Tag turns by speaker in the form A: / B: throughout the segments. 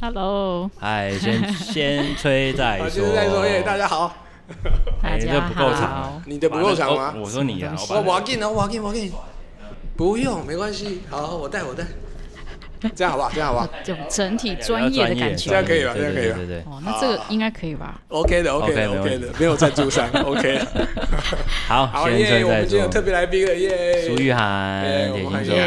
A: Hello，
B: 哎，先先吹再
C: 啊，
B: 哎说。
C: 就是在说，耶，大家好。
A: 大
B: 哎这
A: 家
B: 不够长
A: 好。
C: 你的不够长
B: 哦
C: 吗？
B: 我说你啊，
A: 什
B: 我
A: 么
C: 我
B: 把
C: 我要进哦，我要进，我要进。不用，没关系。好，我带，我带。这样好不好？这样好不好
A: 就整体专业的感
B: 比较
A: 觉。
B: 哎专业
C: 这样可以吧
B: 对对
C: 这样可以吧
B: 对对。
A: 哦，那
B: 啊
A: 这个应该可 以吧？
C: ？OK 的
B: OK，
C: ，OK
B: 没
C: 的
B: 问
C: ，OK
B: 题
C: 的，没有赞助 商，OK 的。
B: 好，
C: 好
B: 先
C: 耶！
B: 吹
C: 我们
B: 再
C: 今天有特
B: 说。
C: 别来宾了耶！
B: 苏玉
C: 耶，
B: 涵，
C: 我
B: 铁
C: 们
B: 心
C: 欢
B: 手
C: 迎
A: 耶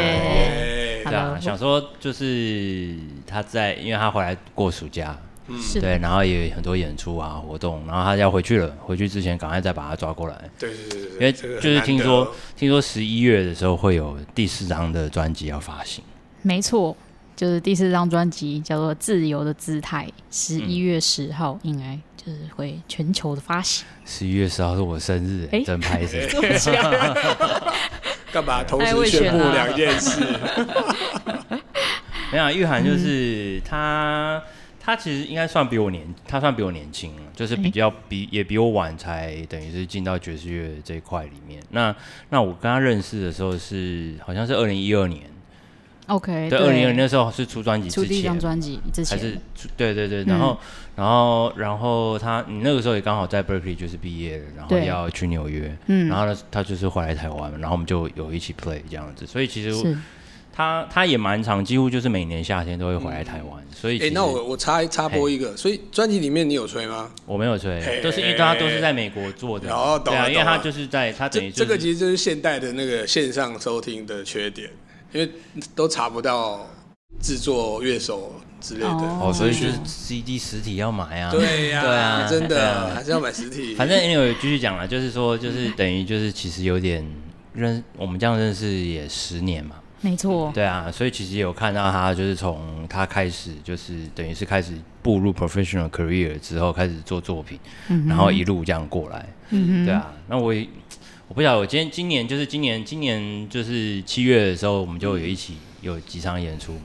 B: 对啊，
C: 耶
A: Hello
B: 想说就是他在，因为他回来过暑假，
A: 是的，
B: 对，然后也有很多演出啊活动，然后他要回去了，回去之前赶快再把他抓过来，
C: 对对对对对，
B: 因为
C: 这个
B: 就
C: 很
B: 是
C: 难
B: 听
C: 得
B: 说
C: 哦
B: 听说十一月的时候会有第四张的专辑要发行，
A: 没错，就是第四张专辑叫做《自由的姿态》，十一
B: 嗯
A: 月十号应该就是会全球的发 行。
B: 十一月十号是我生日，
A: 哎
B: 真拍 谁？啊
C: 干嘛同
A: 太会
C: 时
A: 选
C: 宣布
A: 了
C: 两件 事？
B: 没有啊，玉涵就是他，他其实应该算比我年，他算比我年轻，啊就是比
A: 嗯
B: 较比、也比我晚才等于是进到爵士乐这一块里面。那那我跟他认识的时候是好像是二零一二年，
A: OK，
B: 对，二零二那时候是出专辑
A: 出
B: 之
A: 第一
B: 前
A: 张。专辑之
B: 还是
A: 前，嗯
B: 出对对对，然后、然后然后他，你那个时候也刚好在 Berkeley 就是毕业了，然后
A: 对
B: 要去纽约，
A: 嗯
B: 然后呢他就是回来台湾，然后我们就有一起 play 这样子，所以其实
A: 是
B: 他他也蛮长，几乎就是每年夏天都会回来台湾，所以其
C: 哎，
B: 实
C: 那我我插插播一个，所以专辑里面你有吹吗？
B: 我没有吹，
C: 嘿
B: 都是因为他都是在美国做的，
C: 哦懂
B: 对啊，
C: 了
B: 因为
C: 懂
B: 他
C: 了
B: 就是在他等于
C: 这
B: 就是
C: 这个其实哎就是现代的那个线上收听的缺点，因为都查不到制作乐手之类的。
B: 哦，所以就是 CD 实体要买啊，
C: 嗯对 呀，
B: 对啊，
C: 真
B: 对
C: 的
B: 啊
C: 还是要买实体。
B: 反正 anyway 继续讲了，就是说就是等于就是其实有点认我们这样认识也十年嘛，
A: 没错，
B: 对啊，所以其实有看到他，就是从他开始，就是等于是开始步入 professional career 之后，开始做作品，然后一路这样过来。对啊，那我也我不晓得，我今天今年就是今年今年就是七月的时候，我们就有一起有几场演出嘛。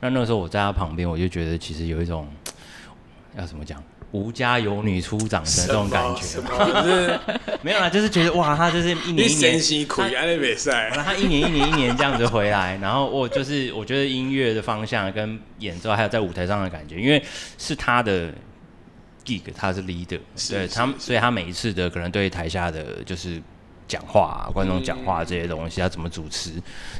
B: 那那个时候我在他旁边，我就觉得其实有一种要怎么讲，无家有女初长成这种感觉
C: 什。么？就是
B: 没有啦，就是觉得哇，他就是一
C: 你
B: 年一年
C: 神辛苦，安利比
B: 好
C: 赛。
B: 了，他一年一年一年这样子回来，然后我就是我觉得音乐的方向跟演奏，还有在舞台上的感觉，因为是他的 gig，他是 leader，
C: 是
B: 对
C: 是
B: 他，所以他每一次的可能对台下的就是讲话、啊观众讲话这些东西，他怎么主持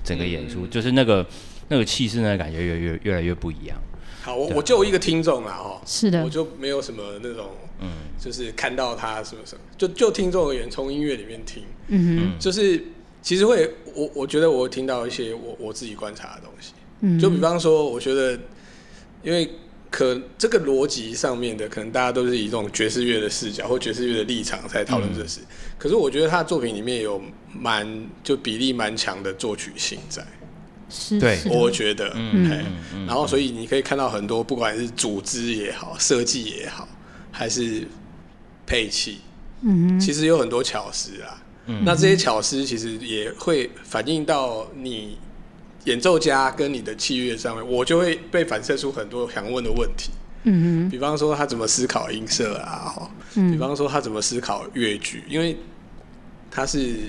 B: 整个演
C: 嗯
B: 出，就是那个那个气势呢，感觉越越越来越不一样。
C: 好，我我就一个听众啦哦，
A: 是啊的
C: 我就没有什么那种，嗯，就是看到他什么什么，就就听众而言，从音乐里面听，
A: 嗯
C: 就是其实会，我我觉得我听到一些我我自己观察的东西，嗯，就比方说，我觉得因为可这个逻辑上面的，可能大家都是以一种爵士乐的视角或爵士乐的立场在讨论这事，可是我觉得他的作品里面有蛮就比例蛮强的作曲性在，
A: 哼，是，
B: 对
A: 是的
C: 我觉得，嗯，然后所以你可以看到很多，不管是组织也好，设计也好，还是配器，嗯，其实有很多巧思啊。那这些巧思其实也会反映到你演奏家跟你的器乐上面，我就会被反射出很多想问的问题。嗯比方说他怎么思考音色啊，哦
A: 嗯
C: 比方说他怎么思考乐句，因为他是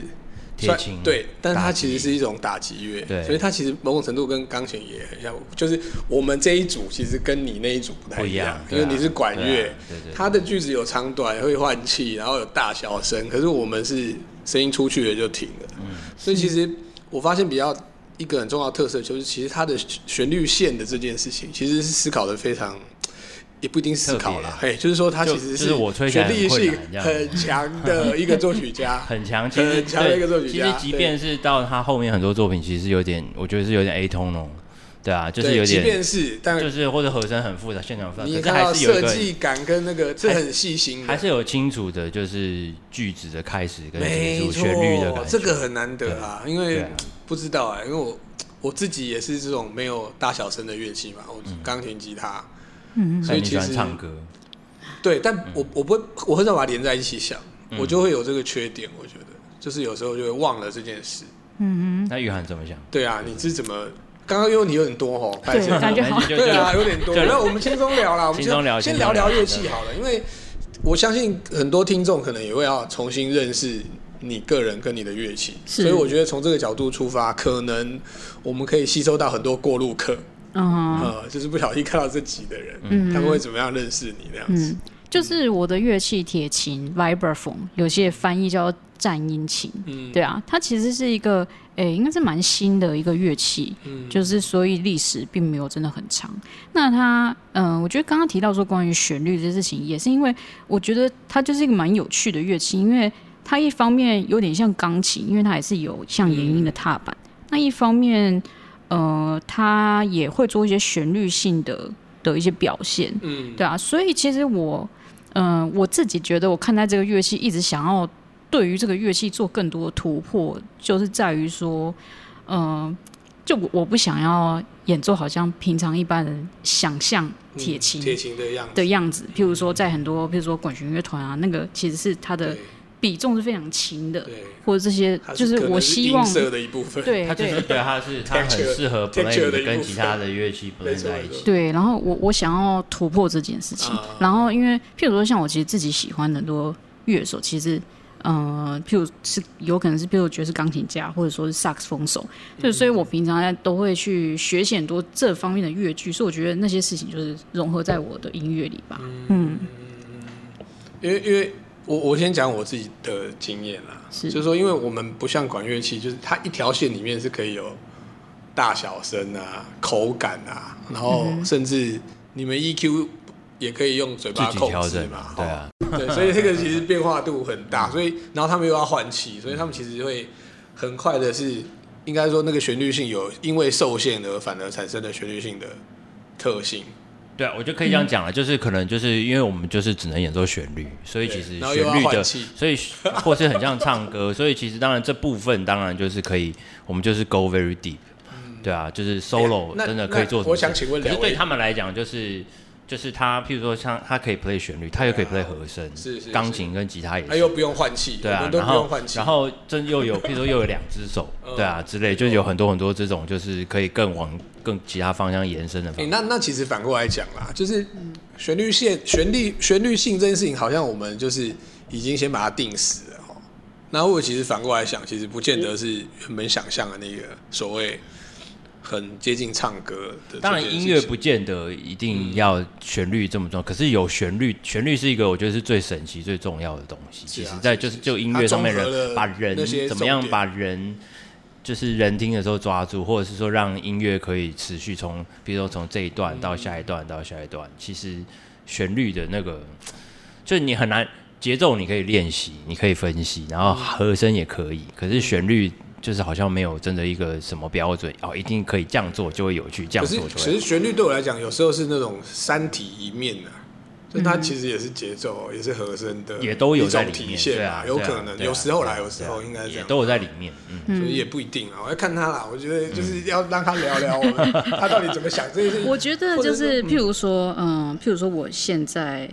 B: 贴
C: 算
B: 近
C: 对，但是
B: 打
C: 它
B: 击
C: 其实是一种打击乐，
B: 对
C: 所以它其实某种程度跟钢琴也很像，就是我们这一组其实跟你那一组不太
B: 不一样
C: 因为
B: 对啊
C: 你是管
B: 对
C: 乐
B: 啊对对，
C: 它的句子有长短，会换气，然后有大小声，可是我们是声音出去了就停了，
B: 嗯
C: 所以其实我发现比较一个很重要的特色就是，其实它的旋律线的这件事情，其实是思考的非常。也不一定思考了，
B: 特
C: 嘿，就是说它
B: 就
C: 其实
B: 就是我吹起来
C: 旋
B: 很
C: 律
B: 困
C: 性
B: 难这样
C: 很 强的一个作曲家，
B: 很强，其实
C: 很强的一个作
B: 对，
C: 曲
B: 其
C: 家
B: 实即便是到他后面很多作品，其实有点，我觉得是有点 A 通哦，对啊，就是
C: 对
B: 有
C: 即
B: 点
C: 便是，但
B: 就是或者和声很复杂，现场复杂，
C: 你也
B: 可是
C: 看到
B: 还是有一
C: 设
B: 个
C: 计感跟那个是很细心
B: 还
C: 的，
B: 是有清楚的，就是句子的开始跟结
C: 没
B: 束，
C: 错
B: 旋律的感觉。
C: 这个很难得啊，因
B: 对
C: 为
B: 啊
C: 不知道哎、因为我我自己也是这种没有大小声的乐器嘛，我钢琴、吉他，嗯，所
B: 但
C: 以
B: 你喜
C: 其
B: 欢
C: 实
B: 唱歌，嗯
C: 对，但我我不会，我很少把它连在一起想，我就会有这个缺点，我觉得就是有时候就会忘了这件事。
A: 嗯
B: 那雨涵怎么想？
C: 对啊，你是怎么？刚刚因为你有点多哦，抱
A: 对
C: 歉
A: 感觉好
B: 就
C: 对啊，有点多。
B: 就
C: 那我们轻松聊啦，我们
B: 轻松聊
C: 先
B: 轻
C: 聊
B: 松聊
C: 聊乐器好了，因为我相信很多听众可能也会要重新认识你个人跟你的乐器，
A: 是
C: 所以我觉得从这个角度出发，可能我们可以吸收到很多过路客。
A: 嗯哼
C: 呃，就是不小心看到这集的人，他们会怎么样认识你那样子？
A: 嗯，就是我的乐器铁琴 vibraphone，有些翻译叫战音琴，
C: 嗯，
A: 对啊，它其实是一个诶、应该是蛮新的一个乐器，
C: 嗯，
A: 就是所以历史并没有真的很长。那它，嗯、我觉得刚刚提到说关于旋律这件事情，也是因为我觉得它就是一个蛮有趣的乐器，因为它一方面有点像钢琴，因为它也是有像延音的踏板；那一方面，呃，它也会做一些旋律性的的一些表现，
C: 嗯，
A: 对啊。所以其实我，嗯、我自己觉得我看待这个乐器，一直想要对于这个乐器做更多的突破，就是在于说，嗯、就我我不想要演奏好像平常一般人想象
C: 嗯
A: 铁琴
C: 铁琴的样子，
A: 的样子，譬如说在很多譬如说管弦乐团啊，那个其实是它的
C: 对
A: 比重是非常轻的，
C: 对，
A: 或者这些
C: 它
A: 就是
C: 可能
A: 我
C: 是
A: 希
C: 音
A: 望
C: 色的一部分，
A: 对
B: 它就
A: 对
B: 是对，它是它很
C: Texture-
B: 适合
C: texture 的一
B: blend 跟
C: 部
B: 其
C: 分
B: 他的乐器
C: 没
B: blend
C: 错
B: 在
C: 没
B: 一
C: 错
B: 起。
A: 对，然后我我想要突破这件事情，
C: 啊
A: 然后因为譬如说像我其实自己喜欢的很多乐手，其实呃，譬如是有可能是譬如爵士钢琴家，或者说是萨克斯风手，对，所以我平常在都会去学习很多这方面的乐句，所以我觉得那些事情就是融合在我的音乐里吧。嗯
C: 因为因为我我先讲我自己的经验啦，
A: 是
C: 就是说，因为我们不像管乐器，就是它一条线里面是可以有大小声啊、口感啊，然后
B: 嗯
C: 甚至你们 EQ 也可以用嘴巴
B: 自己
C: 控
B: 调
C: 制
B: 整
C: 嘛，
B: 对啊，
C: 齁，对，所以这个其实变化度很大，所以然后他们又要换气，所以他们其实会很快的是，应该说那个旋律性有因为受限而反而产生了旋律性的特性，
B: 对啊，我就可以
C: 嗯
B: 这样讲了，就是可能就是因为我们就是只能演奏旋律，所以
C: 对
B: 其实
C: 然后又
B: 旋
C: 要
B: 律
C: 换
B: 的，
C: 气
B: 所以或是很像唱歌，所以其实当然这部分当然就是可以，我们就是 go very deep，对啊，就是
C: 嗯哎
B: solo
C: 那
B: 真的可以做什么事。
C: 我想请问
B: 可是
C: 两位
B: 对他们来讲就是。就是他，譬如说像他可以 play 旋律，他又可以 play 和声，
C: 是是
B: 钢琴跟吉他也
C: 它
B: 是，
C: 又不用换气，
B: 对
C: 我
B: 啊
C: 们，都
B: 然
C: 不用
B: 后
C: 换气，嗯
B: 然后这又有，譬如说又有两只手，对啊之类，就是有很多很多这种，就是可以更往更其他方向延伸的
C: 哎、
B: 方法。
C: 那那其实反过来讲啦，就是旋律线、旋律、旋律性这件事情，好像我们就是已经先把它定死了哦。那我其实反过来想，其实不见得是原本想象的那个所谓很接近唱歌的这件事情。
B: 当然，音乐不见得一定
C: 嗯
B: 要旋律这么重要，可是有旋律，旋律是一个我觉得是最神奇、最重要的东西。其
C: 是啊
B: 实，在
C: 是
B: 就是
C: 是
B: 就是音
C: 它
B: 乐上面
C: 综合
B: 人，
C: 了
B: 把
C: 那些
B: 人怎
C: 重
B: 么样
C: 点
B: 把人。就是人听的时候抓住，或者是说让音乐可以持续从，比如说从这一段到下一
C: 嗯
B: 段到下一段，其实旋律的那个，就是你很难节奏，你可以练习，你可以分析，然后和声也可
C: 嗯
B: 以，可是旋律就是好像没有真的一个什么标准哦，一定可以这样做就会有趣，这样
C: 可是
B: 做就会。
C: 其实旋律对我来讲，有时候是那种三体一面的、就它其实也是节奏，也是和声的，
B: 也都有
C: 一
B: 在
C: 种
B: 里
C: 体
B: 面，
C: 现
B: 对啊，
C: 有
B: 对啊
C: 可能，
B: 对啊
C: 有时候啦，
B: 对啊
C: 有时候
B: 对啊
C: 应该是这
B: 也
C: 样
B: 都有在里面，嗯，
C: 所以也不一定啊，我要看他啦。我觉得就是要让他聊聊 我们他到底怎么想这件事情。
A: 我觉得就是，譬如说，嗯、譬如说，我现在，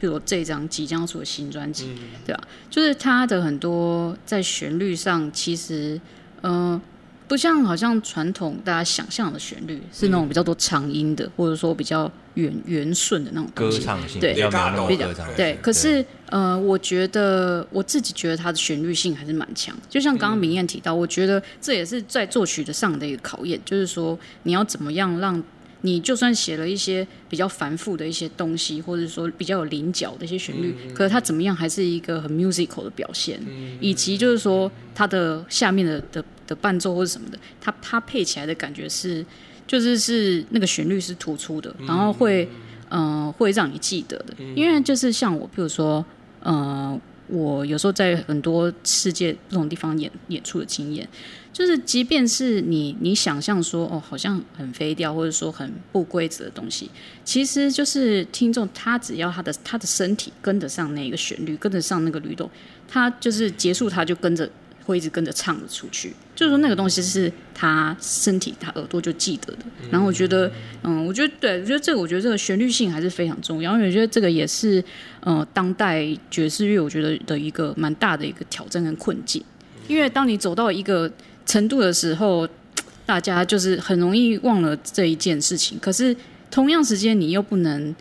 A: 譬如我这张即将出的新专辑，对吧、就是它的很多在旋律上，其实，嗯、不像好像传统大家想象的旋律是那种比较多长音的，或者说比较圆圆顺的那种
B: 歌
A: 东西。
B: 唱性
A: 对
B: 比较没有那
C: 比
B: 么
C: 较
B: 歌唱性，
A: 对，可是呃，我觉得我自己觉得它的旋律性还是蛮强的。就像刚刚明艳提到，我觉得这也是在作曲的上的一个考验，就是说你要怎么样让你就算写了一些比较繁复的一些东西，或者说比较有棱角的一些旋律，可是它怎么样还是一个很 musical 的表现，以及就是说它的下面的的的伴奏或者什么的，它它配起来的感觉是。就是是那个旋律是突出的，然后会嗯，会让你记得的。因为就是像我，比如说，呃，我有时候在很多世界不同地方演演出的经验，就是即便是你你想象说哦，好像很飞掉，或者说很不规则的东西，其实就是听众他只要他的他的身体跟得上那个旋律，跟得上那个律动，他就是结束他就跟着。会一直跟着唱着出去，就是说那个东西是他身体、他耳朵就记得的。然后我觉得，嗯，我觉得对，我觉得这个，我觉得这个旋律性还是非常重要，因为我觉得这个也是，呃，当代爵士乐我觉得的一个蛮大的一个挑战跟困境，因为当你走到一个程度的时候，大家就是很容易忘了这一件事情。可是同样时间，你又不能，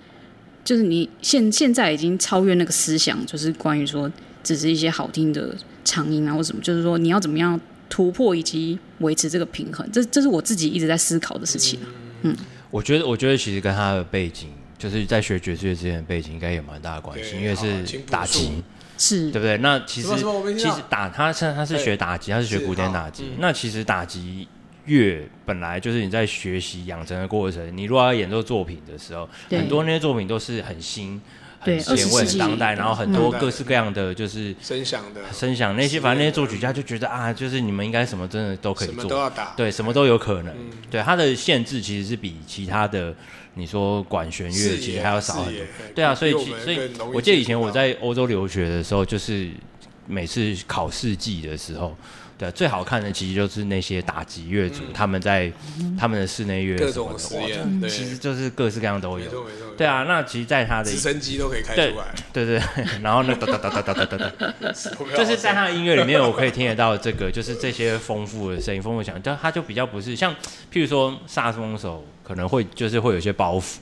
A: 就是你现现在已经超越那个思想，就是关于说只是一些好听的长音啊或什么，就是说你要怎么
C: 嗯
A: 样突破以及维持这个平衡，这这是我自己一直在思考的事情啊、
B: 我我觉得，我觉得其实跟他的背景，就是在学爵士乐之前的背景，应该有蛮大的关系，
C: 对
B: 因为
C: 好
B: 是
C: 请补
B: 打
C: 述
B: 琴，
A: 是
B: 对不对？那其实
C: 什么什么我没听
B: 其
C: 到
B: 实打他是他是
C: 对
B: 学打击，他是学
C: 是
B: 古典
C: 好
B: 打击
C: 嗯。
B: 那其实打击乐本来就是你在学习养成的过程，你如果要演奏作品的时候，
A: 对
B: 很多那些作品都是很新、很
A: 对
B: 前
A: 20
B: 卫、
A: 世
B: 很
A: 纪
B: 当代，
A: 的
B: 然后很多
C: 嗯
B: 各式各样的就是
C: 声响的，
B: 声响那些，
C: 是
B: 反正那些作曲家就觉得啊，就是你们应该什么真的都可以
C: 嗯什么都嗯
B: 做。
C: 要打，
B: 对，什么都有可能。对，它的限制其实是比其他的你说管弦
C: 视野，
B: 乐节还要少很
C: 视
B: 多
C: 野。
B: 对啊，所以
C: 比
B: 其
C: 们
B: 所以
C: 更容易
B: 我记得以前
C: 接触
B: 我
C: 到
B: 在欧洲留学的时候，就是每次考试季的时候，对啊、最好看的其实就是那些打击乐组、他们在他们的室内乐
C: 嗯各
B: 什么
C: 种
B: 的
C: 实
B: 哇
C: 验，对，
B: 其实就是各式各样都
C: 没错
B: 有。
C: 没错，
B: 对啊，那其实，在他的
C: 直升机都可以开
B: 对
C: 出来，
B: 对对，对 然后呢，哒哒哒哒哒哒哒哒。
C: 手表
B: 就是在他的音乐里面，我可以听得到这个，就是这些丰富的声音、丰富的响，但他就比较不是像，譬如说萨克斯风手可能会就是会有些包袱。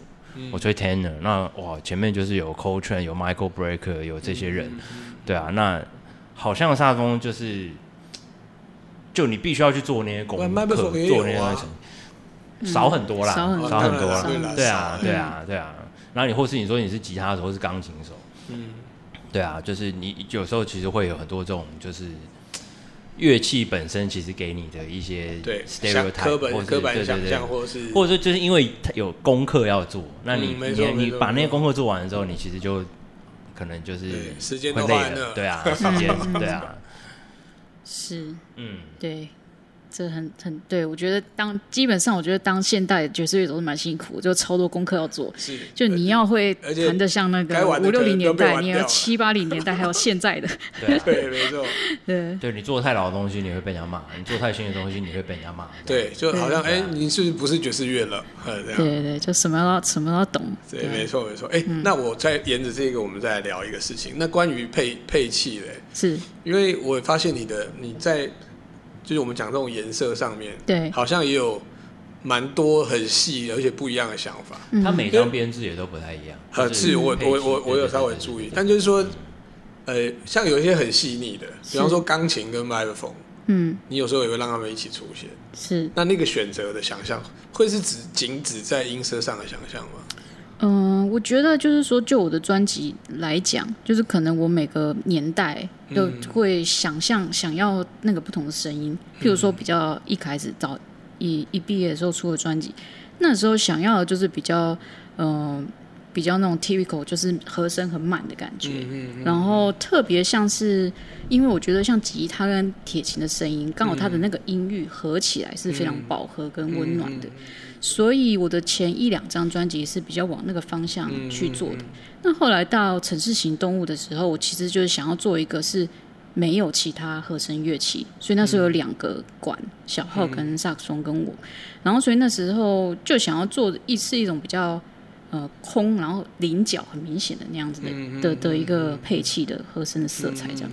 B: 我吹 tenor，那哇，前面就是有 Coltrane、有 Michael Brecker、有这些人，对啊，那好像萨克斯风就是，就你必须要去做那些功
C: 不
B: 课，
C: 然麦克风也有
B: 做那些
C: 啊嗯
B: 东西，少很多啦，
A: 少很
C: 多
B: 少很多
C: 少很
B: 啦，
C: 多
B: 对啊，
C: 嗯
B: 对啊，对啊，然后你或是你说你是吉他手或是钢琴手，
C: 嗯，
B: 对啊，就是你有时候其实会有很多这种，就是乐器本身其实给你的一些
C: 对，像
B: stereotype 或
C: 刻板
B: 是
C: 刻板想
B: 对对
C: 象，
B: 对
C: 或是
B: 或者说就是因为它有功课要做，那你、
C: 嗯没
B: 你
C: 错
B: 你
C: 没错
B: 把那
C: 没
B: 些
C: 错
B: 功课做完了之后，你其实就可能就是
C: 对时间
B: 会
C: 都
B: 累
C: 花在
B: 了，
C: 那
B: 对啊，时 间对啊，
A: 是，
B: 嗯，
A: 对，这很很对。我觉得当基本上，我觉得当现代爵士乐手是蛮辛苦，就超多功课要做。
C: 是
A: 就你要会
C: 而且
A: 弹得像那
C: 该
A: 个
C: 玩的
A: 五六
C: 可能
A: 零
C: 都
A: 年
C: 被
A: 代，
C: 玩
A: 你
C: 掉
A: 要
C: 了
A: 七八零年代，还有现在的，
B: 对啊，
C: 对，没错，
A: 对，
B: 对你做太老的东西你会被人家骂，你做太新的东西你会被人家骂，这样
C: 对，就好像哎，
B: 啊
C: 你是不是不是爵士乐了？呃，这样
A: 对对，就什么都要什么都要懂，
C: 对，没错没错。哎、
B: 嗯
C: 那我再沿着这个，我们再来聊一个事情。那关于配配器嘞，
A: 是
C: 因为我发现你的你在就是我们讲这种颜色上面，
A: 对
C: 好像也有蛮多很细而且不一样的想法。
A: 嗯
B: 它每张编制也都不太一样，
C: 呃，
B: 就是
C: 我
B: 配
C: 我
B: 器
C: 我
B: 对
C: 我有
B: 对
C: 稍
B: 对
C: 微
B: 对
C: 注
B: 对
C: 意，但就是说，呃，像有一些很细腻的，比方说钢琴跟麦克风，
A: 嗯
C: 你有时候也会让他们一起出现。
A: 是，
C: 那那个选择的想象，会是只仅只在音色上的想象吗？
A: 嗯，我觉得就是说，就我的专辑来讲，就是可能我每个年代都
C: 嗯
A: 会想象想要那个不同的声音，譬如说
C: 嗯
A: 比较一开始到一一毕业的时候出的专辑，那时候想要的就是比较嗯、呃比较那种 typical，就是和声很满的感觉，
C: 嗯
A: 然后特别像是，因为我觉得像吉他跟铁琴的声音，刚好
C: 嗯
A: 它的那个音域合起来是非常饱和跟温
C: 嗯
A: 暖的，所以我的前一两张专辑是比较往那个方向啊
B: 嗯
A: 去做
C: 嗯
A: 的。那后来到《城市型动物》的时候，我其实就是想要做一个是没有其他和声乐器，所以那时候有两个管，小号跟萨克斯风跟我，然后所以那时候就想要做一是一种比较呃空，然后棱角很明显的那样子的、的的一个配器的和声的色彩这样。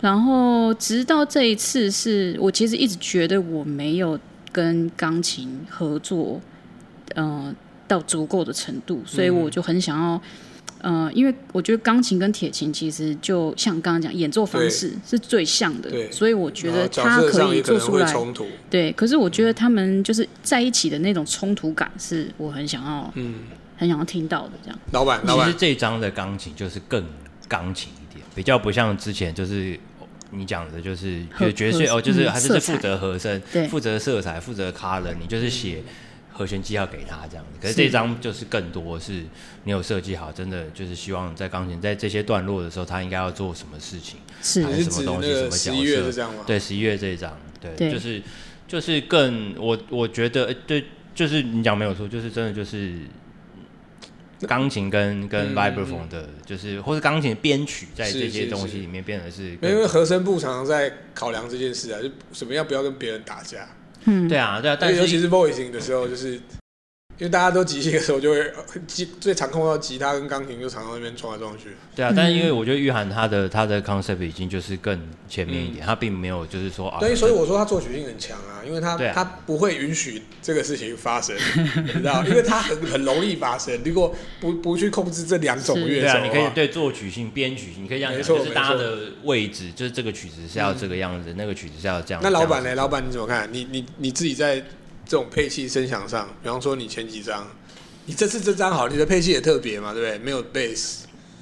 A: 然后直到这一次是，我其实一直觉得我没有跟钢琴合作，呃，到足够的程度，所以我就很想要。呃，因为我觉得钢琴跟铁琴其实就像刚刚讲，演奏方
C: 对
A: 式是最像的
C: 对，
A: 所以我觉
C: 然
A: 得
C: 后角
A: 它
C: 色
A: 可
C: 上
A: 以
C: 也
A: 做
C: 能
A: 出
C: 会
A: 来
C: 冲突，
A: 对，可是我觉得他们就是在一起的那种冲突感，是我很想要、
C: 嗯，
A: 很想要听到的。这样，
C: 老板，老
B: 其实
C: 板，
B: 这一张的钢琴就是更钢琴一点，比较不像之前就是哦你讲的，就是就
A: 和
B: 是爵士
A: 和
B: 哦，就是
A: 嗯
B: 他就
A: 色
B: 是
A: 彩
B: 负责和声
A: 对，
B: 负责色彩，负责 color，你就是写和弦记号给他这样子。可是这张就是更多是你有设计好，真的就是希望在钢琴在这些段落的时候，他应该要做什么事情，
A: 是
B: 还
C: 你
B: 是什
C: 是
B: 么
C: 指
B: 东
C: 那
B: 西，什么
C: 个
B: 角
C: 十一月
B: 色
C: 是这样吗？
B: 对，十一月这一张，对，
A: 对
B: 就是就是更我我觉得呃对，就是你讲没有错，就是真的就是钢琴跟跟
C: 嗯
B: vibraphone 的，就是或是钢琴的编曲在
C: 是
B: 这些
C: 是
B: 东西
C: 是
B: 里面变得是
C: 没有因为
B: 更
C: 和声部常常在考量这件事啊，就怎么样不要跟别人打架。
B: 对啊对啊，但
C: 尤其
B: 是
C: 是 voicing 的时候，就是因为大家都即兴的时候，就会呃吉最常碰到吉他跟钢琴，就常常在那边撞来撞去。
B: 对啊，但是因为我觉得玉涵他的他的 concept 已经就是更前面一点，他并没有就是说啊，
C: 嗯对，所以我说他作曲性很强啊，因为他、
B: 对啊
C: 他不会允许这个事情发生， 你知道，因为他很很容易发生。如果不不去控制这两种
A: 是
C: 乐
B: 对
C: 手
B: 啊，
C: 的
B: 你可以
C: 话
B: 对作曲性、编曲性，你可以这样
C: 没
B: 讲，
C: 错
B: 就是
C: 没
B: 大家
C: 错嗯
B: 的位置，就是这个曲子是要这个样子，那个曲子是要这样。
C: 那老板
B: 这
C: 呢？
B: 样子
C: 老板你怎么看？你你你自己在这种配器声响上，比方说你前几张，你这次这张好，你的配器也特别嘛，对不对？没有 bass，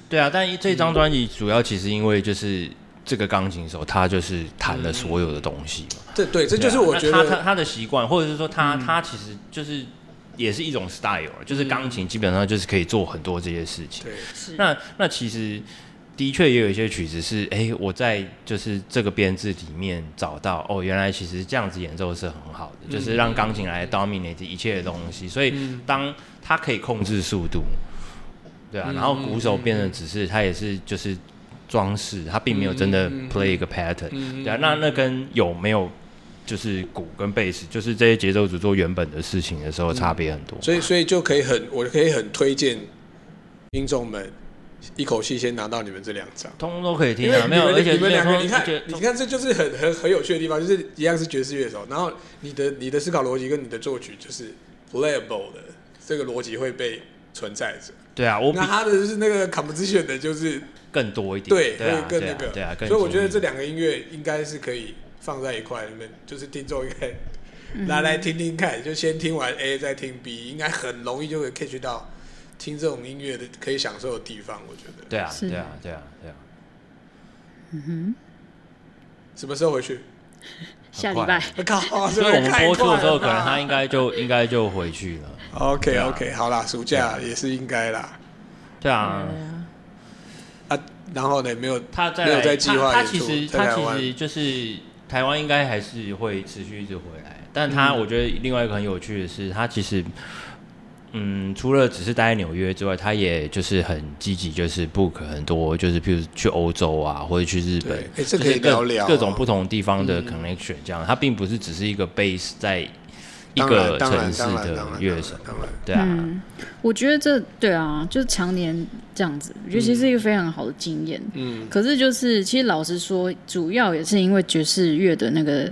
B: 对啊，但这
C: 嗯
B: 张专辑主要其实因为就是这个钢琴手，他就是弹了所有的东西嘛。
C: 这对，这就是我觉
B: 啊那他
C: 得嗯
B: 他他的习惯，或者是说他、他其实就是也是一种 style，就是啊钢琴基本上就是可以做很多这些事情。
C: 对。
B: 那那其实的确也有一些曲子是，哎、我在就是这个编制里面找到，哦，原来其实这样子演奏是很好的，就是让钢琴
C: 嗯
B: 来 dominate 一切的东西，所以当它可以控制速度，对
C: 嗯
B: 啊，然后鼓手变得只是它也是就是装饰，它并没有真的
C: 嗯
B: play 一个 pattern，、对啊，那那跟有没有？就是鼓跟贝斯，就是这些节奏组做原本的事情的时候，差别很多。
C: 嗯所以，所以就可以很，我可以很推荐听众们一口气先拿到你们这两张，
B: 通通都可以听
C: 因为
B: 啊，没有，而且
C: 你们两个，
B: 而且
C: 你看
B: 而且，
C: 你看，这就是很很很有趣的地方，就是一样是爵士乐手，然后你的你的思考逻辑跟你的作曲就是 playable 的这个逻辑会被存在着，
B: 对啊，我比
C: 那他的就是那个 composition 的，就是
B: 更多一点，
C: 对，
B: 对啊
C: 会，更
B: 对
C: 那
B: 啊
C: 个，，
B: 对啊，更
C: 所以我觉得
B: 注意
C: 这两个音乐应该是可以放在一块，你们就是听众应该。拿来听听看，就先听完 A 再听 B，应该很容易就会 catch 到听这种音乐的可以享受的地方。我觉得
B: 对啊，
A: 是
B: 对啊，对啊，对啊，
C: 什么时候回去？
A: 下礼拜
C: 我靠，哇这
B: 所以我们播出的时候，可能他 啊
C: 他
B: 应该就应该就回去了，
C: OK
B: 对啊
C: OK，好啦，暑假也是应该啦。
B: 对啊，
C: 啊，然后呢，没有
B: 他在
C: 没有在计划
B: 他他
C: 演
B: 其
C: 出
B: 实
C: 在
B: 他
C: 台湾
B: 其实就是台湾应该还是会持续一直回来，
C: 嗯
B: 但他我觉得另外一个很有趣的是，他其实。嗯，除了只是待在纽约之外，他也就是很积极，就是 book 很多，就是譬如去欧洲啊，或者去日本
C: 对，哎诶这
B: 就
C: 可以
B: 是各
C: 聊啊嗯聊
B: 各种不同地方的 connection，这样，他并不是只是一个 base 在一
C: 当
B: 个
C: 然当然
B: 城市
C: 当然
B: 的
C: 当然
B: 乐手，
C: 当然
B: 对啊，
A: 嗯，我觉得这对啊，就是常年这样子，我觉得其实是一个非常好的经验。
C: 嗯，
A: 可是就是，其实老实说，主要也是因为爵士乐的那个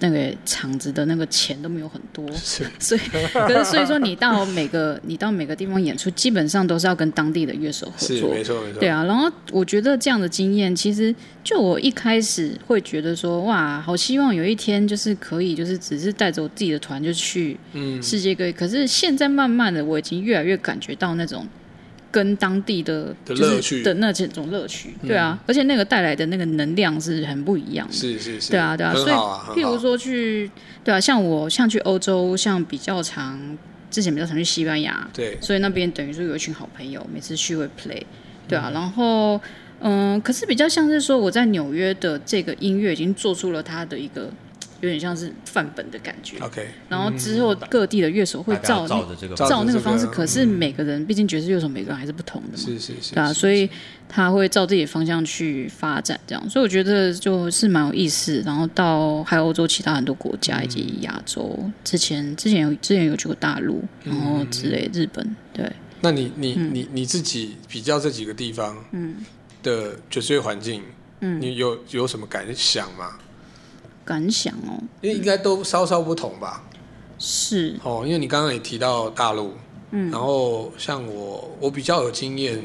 A: 那个场子的那个钱都没有很多，
C: 是
A: 所以可是所以说你到每个你到每个地方演出，基本上都是要跟当地的乐手合
C: 是
A: 作。
C: 没错没错，
A: 对啊，然后我觉得这样的经验，其实就我一开始会觉得说，哇，好希望有一天就是可以，就是只是带着我自己的团就去
C: 嗯
A: 世界各地。可是现在慢慢的，我已经越来越感觉到那种跟当地的
C: 的
A: 就是
C: 乐趣嗯
A: 的那这种乐趣，对啊，而且那个带来的那个能量是很不一样的。
C: 是是是，
A: 对啊，对啊，
C: 很
A: 所以
C: 好啊，
A: 譬
C: 很
A: 如
C: 好
A: 说去，对啊，像我像去欧洲，像比较常之前比较常去西班牙，
C: 对，
A: 所以那边等于说有一群好朋友，每次去会 play，对啊，然后嗯，可是比较像是说我在纽约的这个音乐已经做出了它的一个有点像是范本的感觉，
C: OK，
A: 然后之后各地的乐手会
B: 大家
A: 照
B: 照着这个嗯
C: 照
A: 照那
C: 着这
A: 个
C: 个
A: 方式，可是每个人毕竟爵士乐手每个人还是不同的嘛，
C: 是是是
A: 对啊，所以他会照自己的方向去发展，这样，所以我觉得就是蛮有意思。然后到还有欧洲其他很多国家以及亚洲，之前之前有之前有去过大陆，
B: 嗯
A: 然后之类日本，对，
C: 那你你、
A: 嗯
C: 你你自己比较这几个地方，的爵士乐环境，
A: 嗯
C: 你有有什么感想吗？
A: 感想哦，
C: 因为应该都稍稍不同吧。
A: 是
C: 哦，因为你刚刚也提到大陆，嗯，然后像我，我比较有经验，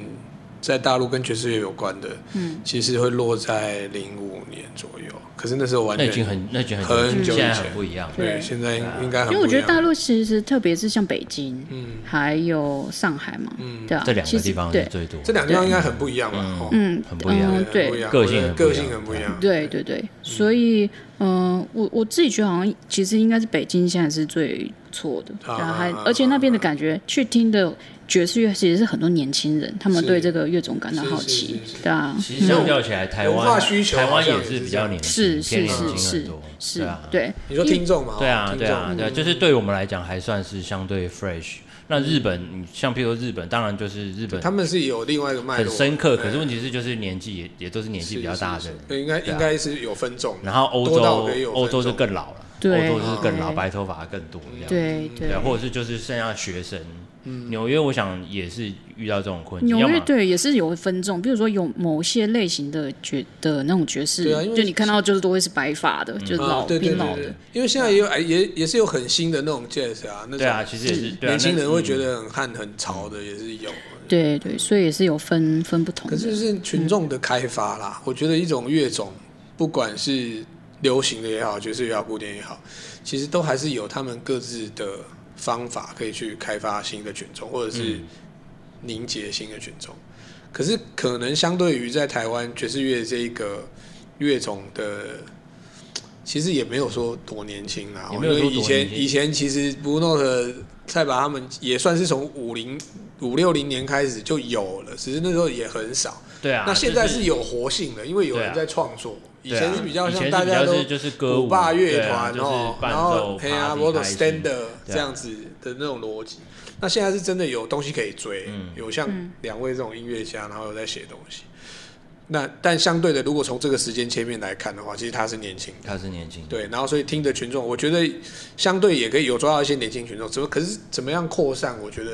C: 在大陆跟爵士乐有关的，嗯，其实会落在零五年左右，可是那时候完
B: 那
C: 全
B: 已经很那已经很
C: 很久
B: 现
C: 以
B: 在
C: 前
B: 很不一样了。
C: 对，现在应该很
A: 因为我
C: 不一
A: 觉得大
C: 样。
A: 陆其实特别是像北京，
C: 嗯
A: 还有上海嘛，对啊，
B: 嗯这两
A: 其
B: 个
A: 实
B: 地方是
A: 对，
B: 最多，
C: 这两个地方应该很不一样吧？哦，
A: 嗯，
B: 很不一样
A: 嗯
C: 对很不一
A: 对。
C: 样，
B: 个
C: 我
B: 性
C: 觉得
B: 很不一
C: 个
B: 样
C: 性很不一样。
A: 对对对，所以，嗯、我我自己觉得好像其实应该是北京现在是最不错的，
C: 啊
A: 然后还
C: 啊
A: 而且那边的
C: 啊
A: 感觉，去听的爵士乐其实是很多年轻人，他们
C: 是
A: 对这个乐种感到
C: 是
A: 好
C: 是
A: 奇
C: 是是，
A: 对啊，
B: 其实相较起来，台
C: 文化
B: 湾
C: 需求
B: 台
C: 好
B: 湾
C: 像
B: 也
C: 也是
B: 是比
C: 这样
B: 较年轻，
A: 是
B: 偏
A: 是
B: 年
A: 是
B: 轻很
A: 是
B: 多，对
A: 是
B: 啊，，
A: 对，
C: 你说听众嘛？
B: 对啊，
C: 哦
B: 对啊，
C: 听
B: 对
C: 众
B: 啊，就是对我们来讲还算是相对 fresh。那日本，你像譬如日本，当然就是日本
C: 嗯他们是有另外一个脉
B: 很
C: 络，
B: 深刻，可是
C: 哎
B: 问题是就是年纪也也都是年纪比较大的人，
C: 对，应该应该是有分众的。
B: 然后欧
C: 多到可以
B: 洲
C: 有
B: 欧洲就
C: 分众
B: 更老了，
A: 对
B: 欧洲就是更老，
A: 对
B: 白头发更多这样。
A: 对
C: 嗯
B: 对
A: 对
B: 啊，，或者是就是剩下学生。纽约我想也是遇到这种困境，
A: 纽
B: 要
A: 约
B: 么
A: 对也是有分众，比如说有某些类型的爵的那种爵士，
C: 对啊因为
A: 就你看到就是都会是白发
B: 嗯
A: 的，就是
C: 啊
A: 老
C: 对对
A: 变嗯
C: 对
A: 老
C: 对
A: 的，，
C: 因为现在也有哎也也是有很新的那种 jazz 啊，那
B: 对啊，
C: 种
B: 其实也是对啊
C: 年轻人会觉
B: 那
C: 得很汉很潮的也是有。啊
A: 对对，所以也是有分分不同
C: 可
A: 的，嗯
C: 是就是群众的开发啦，我觉得一种乐种，不管是流行的也好，爵士乐也好，古典也好，其实都还是有他们各自的方法可以去开发新的群众，或者
A: 嗯
C: 是凝结新的群众。可是可能相对于在台湾爵士乐这一个乐种的，其实也没有说多年轻啦。哦
B: 也
C: 因
B: 没有
C: 为
B: 说多
C: 以前
B: 年轻
C: 以前其实 Bruno 的蔡把他们也算是从五零五六零年开始就有了，只是那时候也很少。
B: 对啊，
C: 那现在是
B: 就
C: 有活性的，因为有
B: 对啊
C: 人在创作。以
B: 对啊
C: 前是比较
B: 以前
C: 像
B: 是
C: 大家
B: 比较
C: 都
B: 是就是歌舞
C: 古巴乐
B: 对啊
C: 团哦
B: 就是，伴
C: 然
B: 奏
C: 后嘿啊
B: party
C: w o r l
B: 开心
C: Stander
B: 对啊
C: 这样子的那种逻辑。那现在是真的有东西可以追，
B: 嗯
C: 有像两位这种音乐家，然后有在写东西。那但相对的，如果从这个时间切面来看的话，其实他是年轻的，
B: 他是年轻，
C: 对，然后所以听的群众，我觉得相对也可以有抓到一些年轻群众，怎么可是怎么样扩散，我觉得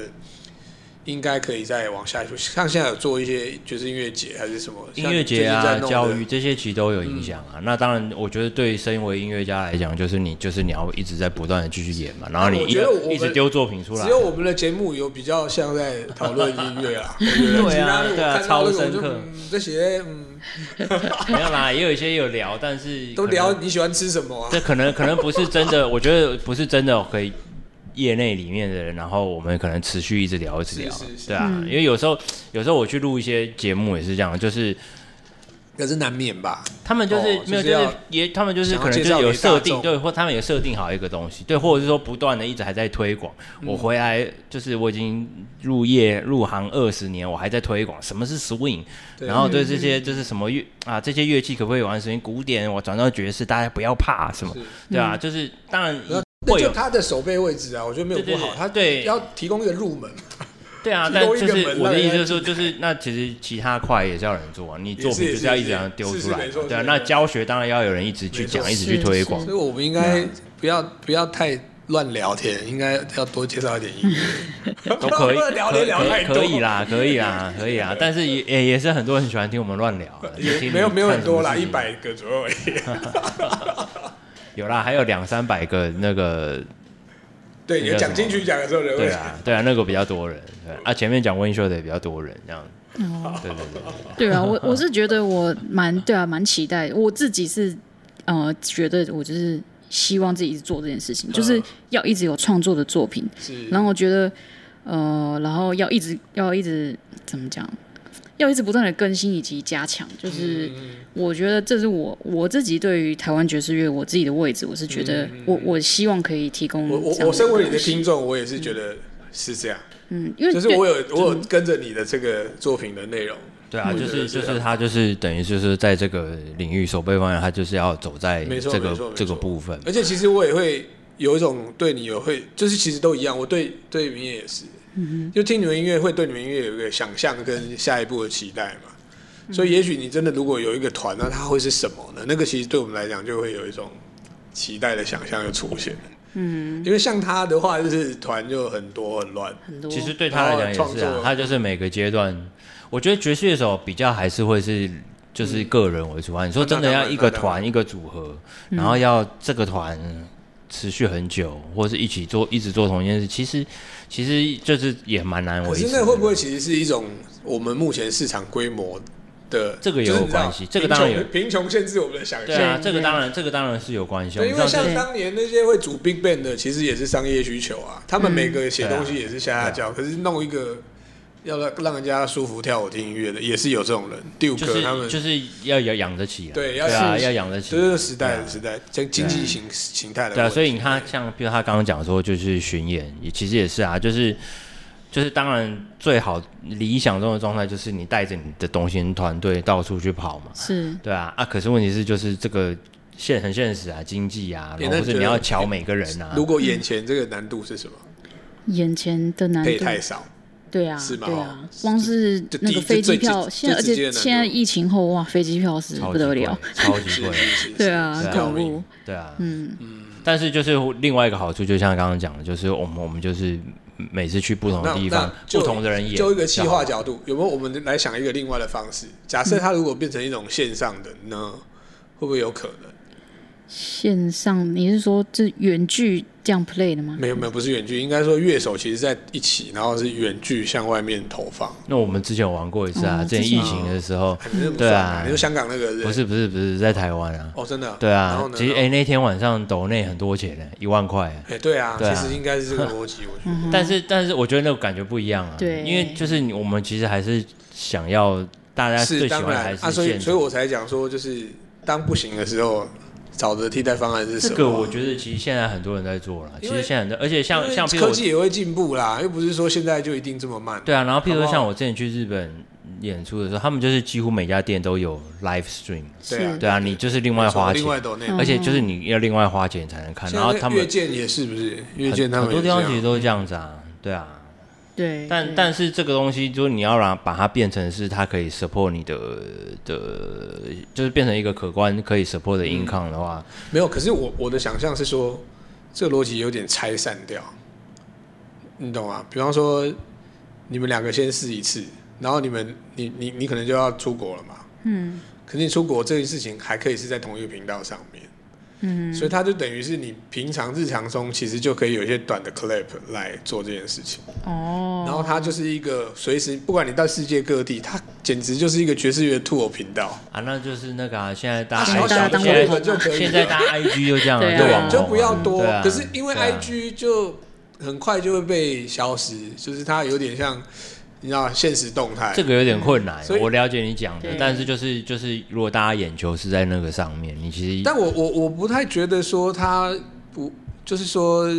C: 应该可以再往下去。像现在有做一些爵士音乐节还是什么
B: 音乐节
C: 像最
B: 啊、
C: 近在弄的嗯
B: 教育这些其实都有影响啊。那当然，我觉得对身为音乐家来讲，就是你就是你要一直在不断的继续演嘛，然后你
C: 我
B: 一
C: 觉得我们
B: 一直丢作品出来
C: 只。有我们的节目有比较像在讨论音乐 啊，我觉得
B: 对啊
C: 其他的我
B: 对啊
C: 看到那
B: 超
C: 个我
B: 深
C: 就
B: 刻
C: 嗯这些嗯
B: 没有啦，也有一些有聊，但是
C: 都
B: 可能
C: 聊你喜欢吃什么啊？
B: 这可能可能不是真的，我觉得不是真的可以。业内里面的人，然后我们可能持续一直聊，一直聊，
C: 是是是
B: 对啊，因为有时候有时候我去录一些节目也是这样，就是
C: 可是难免吧，
B: 他们就是、
C: 哦
B: 没有，
C: 就是
B: 就是
C: 要
B: 也他们就是
C: 想要
B: 可能就
C: 介绍
B: 是有
C: 给大
B: 设定，
C: 众
B: 对，或他们也设定好一个东西，对，或者是说不断的一直还在推广。
C: 嗯
B: 我回来就是我已经入业入行二十年，我还在推广什么是 swing，
C: 对嗯
B: 然后对这些这是什么乐啊，这些乐器可不可以玩 swing？古典我转到爵士，大家不要怕什么
C: 是，嗯
B: 对啊，就是当然
C: 那那
B: 嗯会
C: 就
B: 有
C: 他的手背位置啊，我觉得没有
B: 对
C: 不
B: 对
C: 好，
B: 对
C: 他
B: 对
C: 要提供一个入门，
B: 对啊，
C: 提
B: 但
C: 供
B: 就
C: 一个
B: 是
C: 门
B: 我的
C: 让
B: 意思
C: 人
B: 就是说，就是那其实其他块也是要有人做啊，你作品
C: 也是
B: 就是要一直
C: 也是
B: 这样丢
C: 是
B: 出
C: 是
B: 来
C: 没错
B: 嘛，对啊，
C: 是
B: 那
C: 是
B: 教学当然要有人一直去
C: 没错
B: 讲，一直
A: 是
B: 去推
A: 是
B: 广
C: 所以。我们应该不要不要太乱聊天，应该要多介绍一点音乐，，
B: 都可以
C: 聊天聊
B: 可
C: 太多
B: 可以，啦，可以啦，可以啦。但是也也也是很多人喜欢听我们乱聊啊，就听
C: 没有没有
B: 看
C: 很多啦，
B: 什么
C: 一
B: 事情
C: 百个左 右而已。
B: 有啦，还有两三百个那个，
C: 对，
B: 那
C: 有
B: 叫
C: 讲金曲奖的时候人
B: 对
C: 会
B: 啊，对啊，那个比较多人，对啊，前面讲温秀的也比较多人，这样，
C: 哦
B: 对对对，
A: 对啊，我我是觉得我蛮对啊，蛮期待的。我自己是呃，觉得我就是希望自己一直做这件事情，
C: 嗯
A: 就是要一直有创作的作品。
C: 是
A: 然后我觉得呃，然后要一直要一直怎么讲，要一直不断的更新以及加强。就是
C: 嗯
A: 我觉得这是我我自己对于台湾爵士乐我自己的位置，我是觉得我我希望可以提供
C: 嗯我
A: 这样
C: 我我身为你的
A: 东西
C: 听众，我也是觉得是这样，
A: 嗯，因为
C: 就是
A: 对
C: 我有我有跟着你的这个作品的内容，
B: 对啊，
C: 我
B: 就是
C: 觉得
B: 就是
C: 这
B: 是
C: 样
B: 他就是等于就是在这个领域守备方面，他就是要走在
C: 没错
B: 这
C: 没
B: 个
C: 错
B: 这个
C: 没错
B: 部分，
C: 而且其实我也会有一种对你有会，就是其实都一样，我对对你也是，就听你们音乐会对你们音乐有一个想象跟下一步的期待嘛。所以也许你真的如果有一个团，那它会是什么呢？那个其实对我们来讲就会有一种期待的想象就出现。嗯，因为像他的话，就是团就很多很乱，
A: 很多
B: 其实对他来讲也是
C: 然后创
B: 啊，
C: 作
B: 他就是每个阶段，我觉得爵士乐手比较还是会是就是
C: 嗯
B: 个人为主啊。你说真的要一个团一个组合，
C: 嗯
B: 然后要这个团持续很久，或是一起做一直做同一件事，其实其实就是也蛮难
C: 可
B: 维持
C: 是
B: 的。
C: 那会不会其实是一种我们目前市场规模的
B: 这个也
C: 就是
B: 有
C: 你知道
B: 关系这个当然有
C: 贫穷贫穷限制我们的想
B: 对
C: 象。
B: 啊，
A: 对
B: 这个当然这个当然是有关系。我
C: 对，
B: 们
C: 因为
B: 上次
C: 像
A: 对
C: 当年那些会组 Big Bang 的，其实也是商业需求
B: 嗯
C: 啊。他们每个写东西也是下
B: 啊
C: 下叫，可是弄一个要让让人家舒服跳舞听音乐的，也是有这种人。第五
B: 就
C: 个他们
B: 是就是要要养得起啊，
C: 对要
B: 对啊，
A: 是
B: 要养得起
C: 这
B: 啊，
C: 是时代
B: 对啊
C: 的时代，经经济形形态的问题。
B: 对啊，所以你看，像比如他刚刚讲说，就是巡演，也其实也是啊，就是就是当然最好理想中的状态就是你带着你的东行团队到处去跑嘛，
A: 是
B: 对啊啊，可是问题是就是这个现很现实啊，经济啊，
C: 欸
B: 然后或
C: 那
B: 者
C: 觉
B: 你
C: 得
B: 要瞧每个人
A: 哎
B: 啊嗯
C: 如，果眼前这个难度是什么？
A: 眼前的难
C: 配
A: 度。
C: 太少，
A: 对啊，
C: 是吗
A: 对
C: 哦
A: 啊，光是
C: 这
A: 那
C: 第
A: 个
C: 一
A: 飞
C: 这
A: 机
C: 最
A: 票，
C: 最
A: 现在而
C: 最直接
A: 且
C: 的难
A: 现在
C: 度
A: 疫情后哇，飞机票是
B: 超级
A: 不得
B: 贵
A: 了，，
B: 超级
C: 是
B: 贵，
C: 是是
A: 对啊，
B: 嗯是啊
A: 很恐怖，
B: 对啊，
A: 嗯，
B: 但是就是另外一个好处，就像刚刚讲的，就是我们我们就是每次去不同的
C: 哦那
B: 地
C: 那
B: 方，
C: 就
B: 不同的人演，
C: 就一个企划角度，有没有我们来想一个
B: 嗯
C: 另外的方式？假设它如果变成一种线上的呢，会不会有可能？
A: 线上，你是说这远距这样 play 的吗？
C: 没有没有，不是远距，应该说乐手其实在一起，然后是远距向外面投放。
B: 那我们之前有玩过一次啊，
A: 哦
B: 之前
A: 之前
B: 疫情的时候，
C: 哎你那不
B: 对
C: 算
B: 啊
C: 你说香港那个人
B: 不是不是不是在台湾啊，
C: 哦，真的
B: 对
C: 然
B: 啊
C: 后，呢？
B: 其实哎、诶那天晚上抖内很多钱呢、一万块、
C: 哎，对啊，
B: 对啊
C: 其实应该是这个逻辑，我觉得。
B: 但是但是我觉得那个感觉不一样啊，
A: 对
B: 因为就是你我们其实还是想要大家
C: 是
B: 最喜
C: 当
B: 欢的还
C: 然
B: 是
C: 啊，所以
B: 现
C: 所以我才讲说，就是当不行的时候，找的替代方案是什
B: 这
C: 么？啊
B: 个我觉得其实现在很多人在做了，其
C: 因
B: 实
C: 为
B: 现在很多，而且像像譬
C: 因为
B: 如
C: 科
B: 我
C: 技也会进步啦，又不是说现在就一定这么慢。
B: 对啊，然后譬如说
C: 好不好
B: 像我之前去日本演出的时候，他们就是几乎每家店都有 live stream，
C: 对啊
A: 是
B: 对啊，你就是另外花
C: 另
B: 钱，
C: 外抖内，
A: 嗯
B: 而且就是你要另外花钱才能看，
C: 现
B: 然后
C: 在
B: 他
C: 乐
B: 们
C: 见也是不是？乐见
B: 很
C: 他
B: 很多
C: 们也
B: 地
C: 这样
B: 方其实都是这样子啊，对啊，
A: 对，
B: 但
A: 对
B: 但是这个东西就是你要让把它变成是它可以 support 你的的，就是变成一个可观可以 support 的
A: 嗯
B: income 的话，
C: 没有，可是我我的想象是说，这个逻辑有点拆散掉，你懂吗？比方说，你们两个先试一次，然后你们你你你可能就要出国了嘛，
A: 嗯
C: 可是你出国这件事情还可以是在同一个频道上面，
A: 嗯
C: 所以它就等于是你平常日常中其实就可以有一些短的 clip 来做这件事情，
A: 哦，
C: 然后它就是一个随时不管你到世界各地，它简直就是一个爵士乐 tour 频道。
B: 啊，那就是那个、啊、现在大家
A: 现在
B: IG,
A: 大家当
B: 现在
A: 网红
C: 就可以了
B: 现在 大家 IG 就这样了，
A: 对
B: 就网
A: 啊
C: 对，
B: 红
C: 就不要
B: 了
C: 多
B: 对啊。
C: 可是因为
B: 对啊
C: IG 就很快就会被消失，就是它有点像你知道现实动态
B: 这。个有点困难
C: 所以，
B: 我了解你讲的
A: 对，
B: 但是就是就是，如果大家眼球是在那个上面，你其实
C: 但我我我不太觉得说它不，就是说，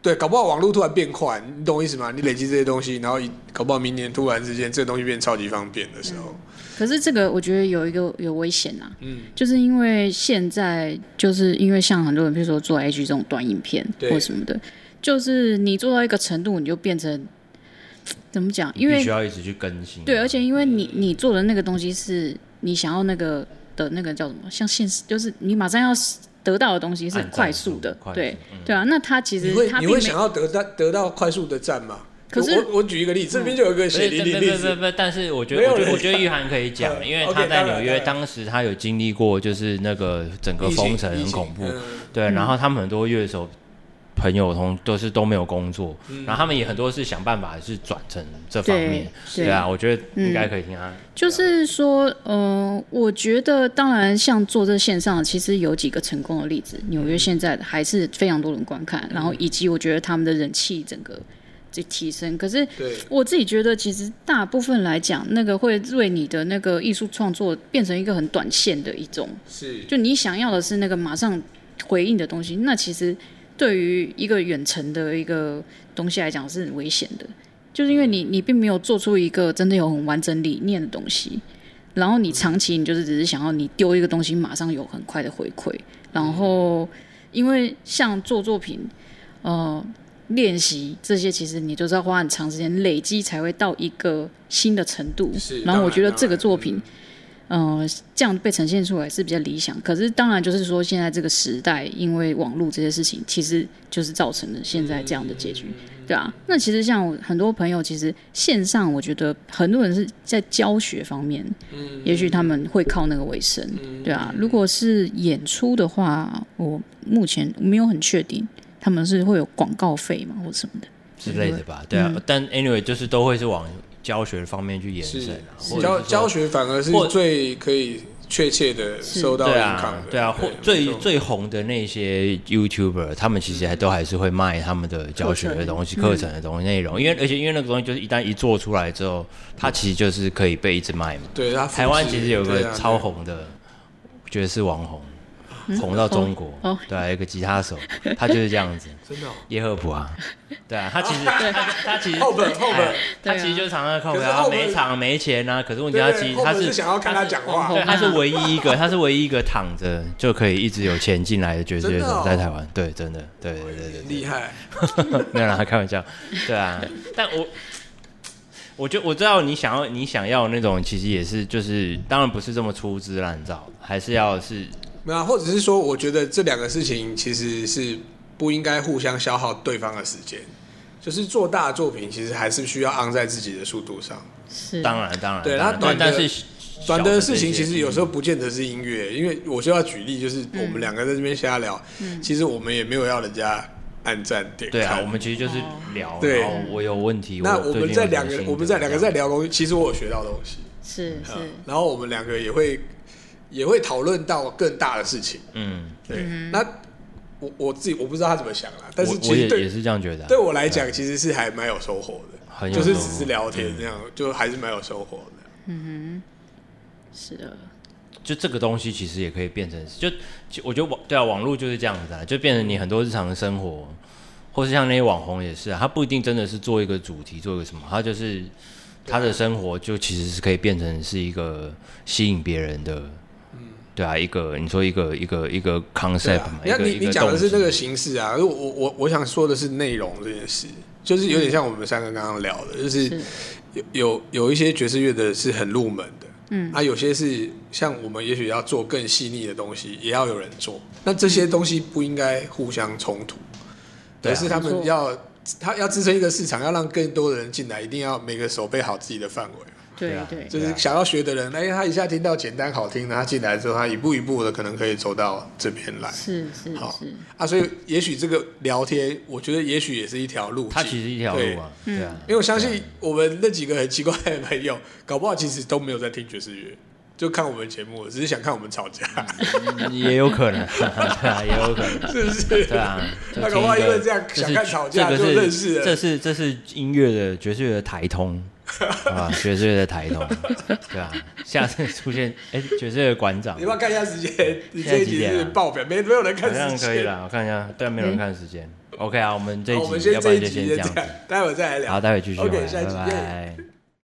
C: 对，搞不好网络突然变快，你懂我意思吗？你累积这些东西，然后一搞不好明年突然之间这个东西变超级方便的时候，
A: 可是这个我觉得有一个有危险啊，
C: 嗯，
A: 就是因为现在就是因为像很多人，比如说做 IG 这种短影片
C: 对
A: 或什么的，就是你做到一个程度，你就变成怎么讲？因
B: 你必
A: 为
B: 须要一直去更新。
A: 对，而且因为你你做的那个东西是你想要那个的那个叫什么？像现实，就是你马上要得到的东西是
B: 按赞
A: 快速的
B: 速快，速
A: 对
B: 嗯
A: 对啊。那他其
C: 你
A: 实
C: 会
A: 他
C: 你
A: 并没
C: 会想要得到得到快速的赞吗？
A: 可是
C: 我我我举一个例子，这边就有一个
B: 不
C: 血
B: 是
C: 淋
B: 不是
C: 淋的
B: 不
C: 例
B: 是
C: 子，
B: 不是，但是我觉
C: 没
B: 得
C: 有
B: 我觉
C: 人
B: 得我觉得玉涵可以讲，
C: 嗯
B: 因为
C: OK，
B: 他在
C: 当然
B: 纽约
C: 当
B: 当
C: 然
B: 时他有经历过，就是那个整个
C: 疫情
B: 封城
C: 疫
B: 很
C: 情
B: 恐怖，
C: 嗯
B: 对，然后他们很多乐手朋友同都是都没有工作，
C: 嗯
B: 然后他们也很多是想办法是转成这方面
A: 对，
B: 对啊，我觉得应该可以听他。
A: 就是说，嗯、我觉得当然，像做这线上，其实有几个成功的例子，纽
B: 嗯
A: 约现在还是非常多人观看，然后以及我觉得他们的人气整个就提升。可是
C: 对
A: 我自己觉得，其实大部分来讲，那个会为你的那个艺术创作变成一个很短线的一种，
C: 是
A: 就你想要的是那个马上回应的东西，那其实对于一个远程的一个东西来讲是很危险的，就是因为你你并没有做出一个真的有很完整理念的东西，然后你长期你就是只是想要你丢一个东西马上有很快的回馈，然后因为像做作品，呃。练习这些，其实你就是要花很长时间累积，才会到一个新的程度
C: 是。
A: 然后我
C: 当然
A: 觉得
C: 当
A: 这个
C: 然
A: 作品，呃，这样被呈现出来是比较理想。可是当然就是说，现在这个时代，因为网络这些事情，其实就是造成了现在这样的结局，
C: 嗯
A: 对啊。那其实像我很多朋友，其实线上我觉得很多人是在教学方面，嗯，也许他们会靠那个为生，对啊。如果是演出的话，我目前没有很确定他们是会有广告费嘛，或什么的。
B: 之类的吧，对啊。但 anyway，就是都会是往教学方面去延
C: 是
B: 伸、啊，或者
C: 教
B: 是说
C: 教学反而是
B: 或
C: 最可以确切的收到
B: 对
C: income
B: 啊
C: 的，，
B: 对啊，或
C: 没
B: 最
C: 错
B: 最红的那些 YouTuber，他们其实还都还是会卖他们的教学的
C: 嗯
B: 东西、课程的东西内容，因为而且因为那个东西就是一旦一做出来之后，它其实就是可以被一直卖嘛。
C: 对它复制
B: 台湾其实有
C: 对
B: 个
C: 啊
B: 超红的爵士网红，红到中国
A: 嗯哦哦，
B: 对啊，一个吉他手，他就是这样子，
C: 真的哦
B: 叶赫普啊，对啊，他其
A: 哦
B: 实他他其实
C: 后本后本
B: 哎
A: 啊
B: 他其实就常常靠
C: 可
B: 背
C: 是
B: 啊，
C: 后本
B: 没场没钱啊，可是问题
C: 对
B: 他
C: 对
B: 其实
C: 后
B: 他
C: 本
B: 是
C: 是想要看他讲话
B: 对，他是
A: 红啊
B: 唯一一个，他是唯一一个躺着就可以一直有钱进来的爵士乐
C: 真的
B: 手
C: 哦
B: 在台湾，对，真的，对对对对
C: 厉害，
B: 对， 没有啦，开玩笑，对啊，但我。我就我知道你想要你想要那种，其实也是就是，当然不是这么粗制滥造，还是要是
C: 没有啊，或者是说，我觉得这两个事情其实是不应该互相消耗对方的时间。就是做大的作品，其实还是需要昂在自己的速度上。
A: 是
B: 当然当然，
C: 对
B: 当
C: 他
B: 然
C: 短的
B: 但但是小
C: 短的事
B: 这
C: 情
B: 些嗯
C: 其实有时候不见得是音乐，因为我就要举例，就是我们两个在这边瞎聊，其实我们也没有要人家按赞点
B: 对啊，
C: 看哦
B: 我们其实就是聊，
C: 对
B: 然后我有问题，
C: 那
B: 我
C: 我
B: 对
C: 们
B: 另
C: 在
B: 外一
C: 两
B: 个
C: 个
B: 心，得
C: 我们在两个
B: 这
C: 在
B: 样
C: 聊东西，其实我有学到东西，
A: 是是，
C: 嗯，然后我们两个也会也会讨论到更大的事情，
B: 嗯，
C: 对，那我我自己我不知道他怎么想啦，但是
B: 我
C: 其
B: 我
C: 实
B: 也
C: 对
B: 也是这样觉得啊，
C: 对我来讲，其实是还蛮有收获的，
B: 很有
C: 就是
B: 收获嗯
C: 只是聊天这样，就还是蛮有收获的。
A: 是的，
B: 就这个东西其实也可以变成，就就我觉得网对啊，网络就是这样子啊，就变成你很多日常的生活，或是像那些网红也是啊，他不一定真的是做一个主题，做一个什么，他就是
C: 啊
B: 他的生活就其实是可以变成是一个吸引别人的，对啊，一个你说一个一个一个 concept 嘛，一
C: 那
B: 个
C: 啊你
B: 一
C: 你
B: 个
C: 讲的
B: 动
C: 是
B: 机
C: 那个形式啊，我我我我想说的是内容这件事，就是有点像我们三个刚刚聊的，就是
A: 是
C: 有有有一些爵士乐的是很入门的，嗯，啊，有些是像我们也许要做更细腻的东西，也要有人做，那这些东西不应该互相冲突，
B: 对
C: 而
B: 啊
C: 是他
A: 没
C: 们
A: 错
C: 要他要支撑一个市场，要让更多的人进来，一定要每个手背好自己的范围。
A: 对
B: 对啊
A: 对
C: 就
B: 对
C: 是想要学的人，哎，他一下听到简单好听的，他进来之后，他一步一步的可能可以走到这边来。
A: 是是
C: 好
A: 是，
C: 啊，所以也许这个聊天，我觉得也许也是一条路径。
B: 它其实一条路啊，对啊，
C: 对，因为我相信我们那几个很奇怪的朋友，搞不好其实都没有在听爵士乐，就看我们节目，只是想看我们吵架，
B: 嗯也有可能， 对啊，也有可能。
C: 是不是？
B: 对啊，就
C: 那
B: 听
C: 搞不好
B: 一个
C: 因为这样
B: 是
C: 想看吵架
B: 这个
C: 就是认识了
B: 这是这是音乐的爵士乐的台 通啊，爵士乐的台通，对啊，下次出现哎、爵士乐的馆长
C: 你，要不要看一下时间？你
B: 现
C: 这
B: 在
C: 一
B: 几
C: 集
B: 点啊
C: 是爆表，没没有人
B: 好
C: 看
B: 像
C: 时
B: 可以
C: 间。嗯
B: 啦，我看一下，对啊，没有人看时间、o k 啊，我们这
C: 好，
B: 一
C: 我们
B: 集，要不然
C: 先这一
B: 就
C: 集
B: 先
C: 就
B: 这
C: 这
B: 样
C: 样
B: 子，，
C: 待会再来聊。
B: 好，待会继续玩，
C: OK，下一集
B: 拜
C: 见。
B: 拜。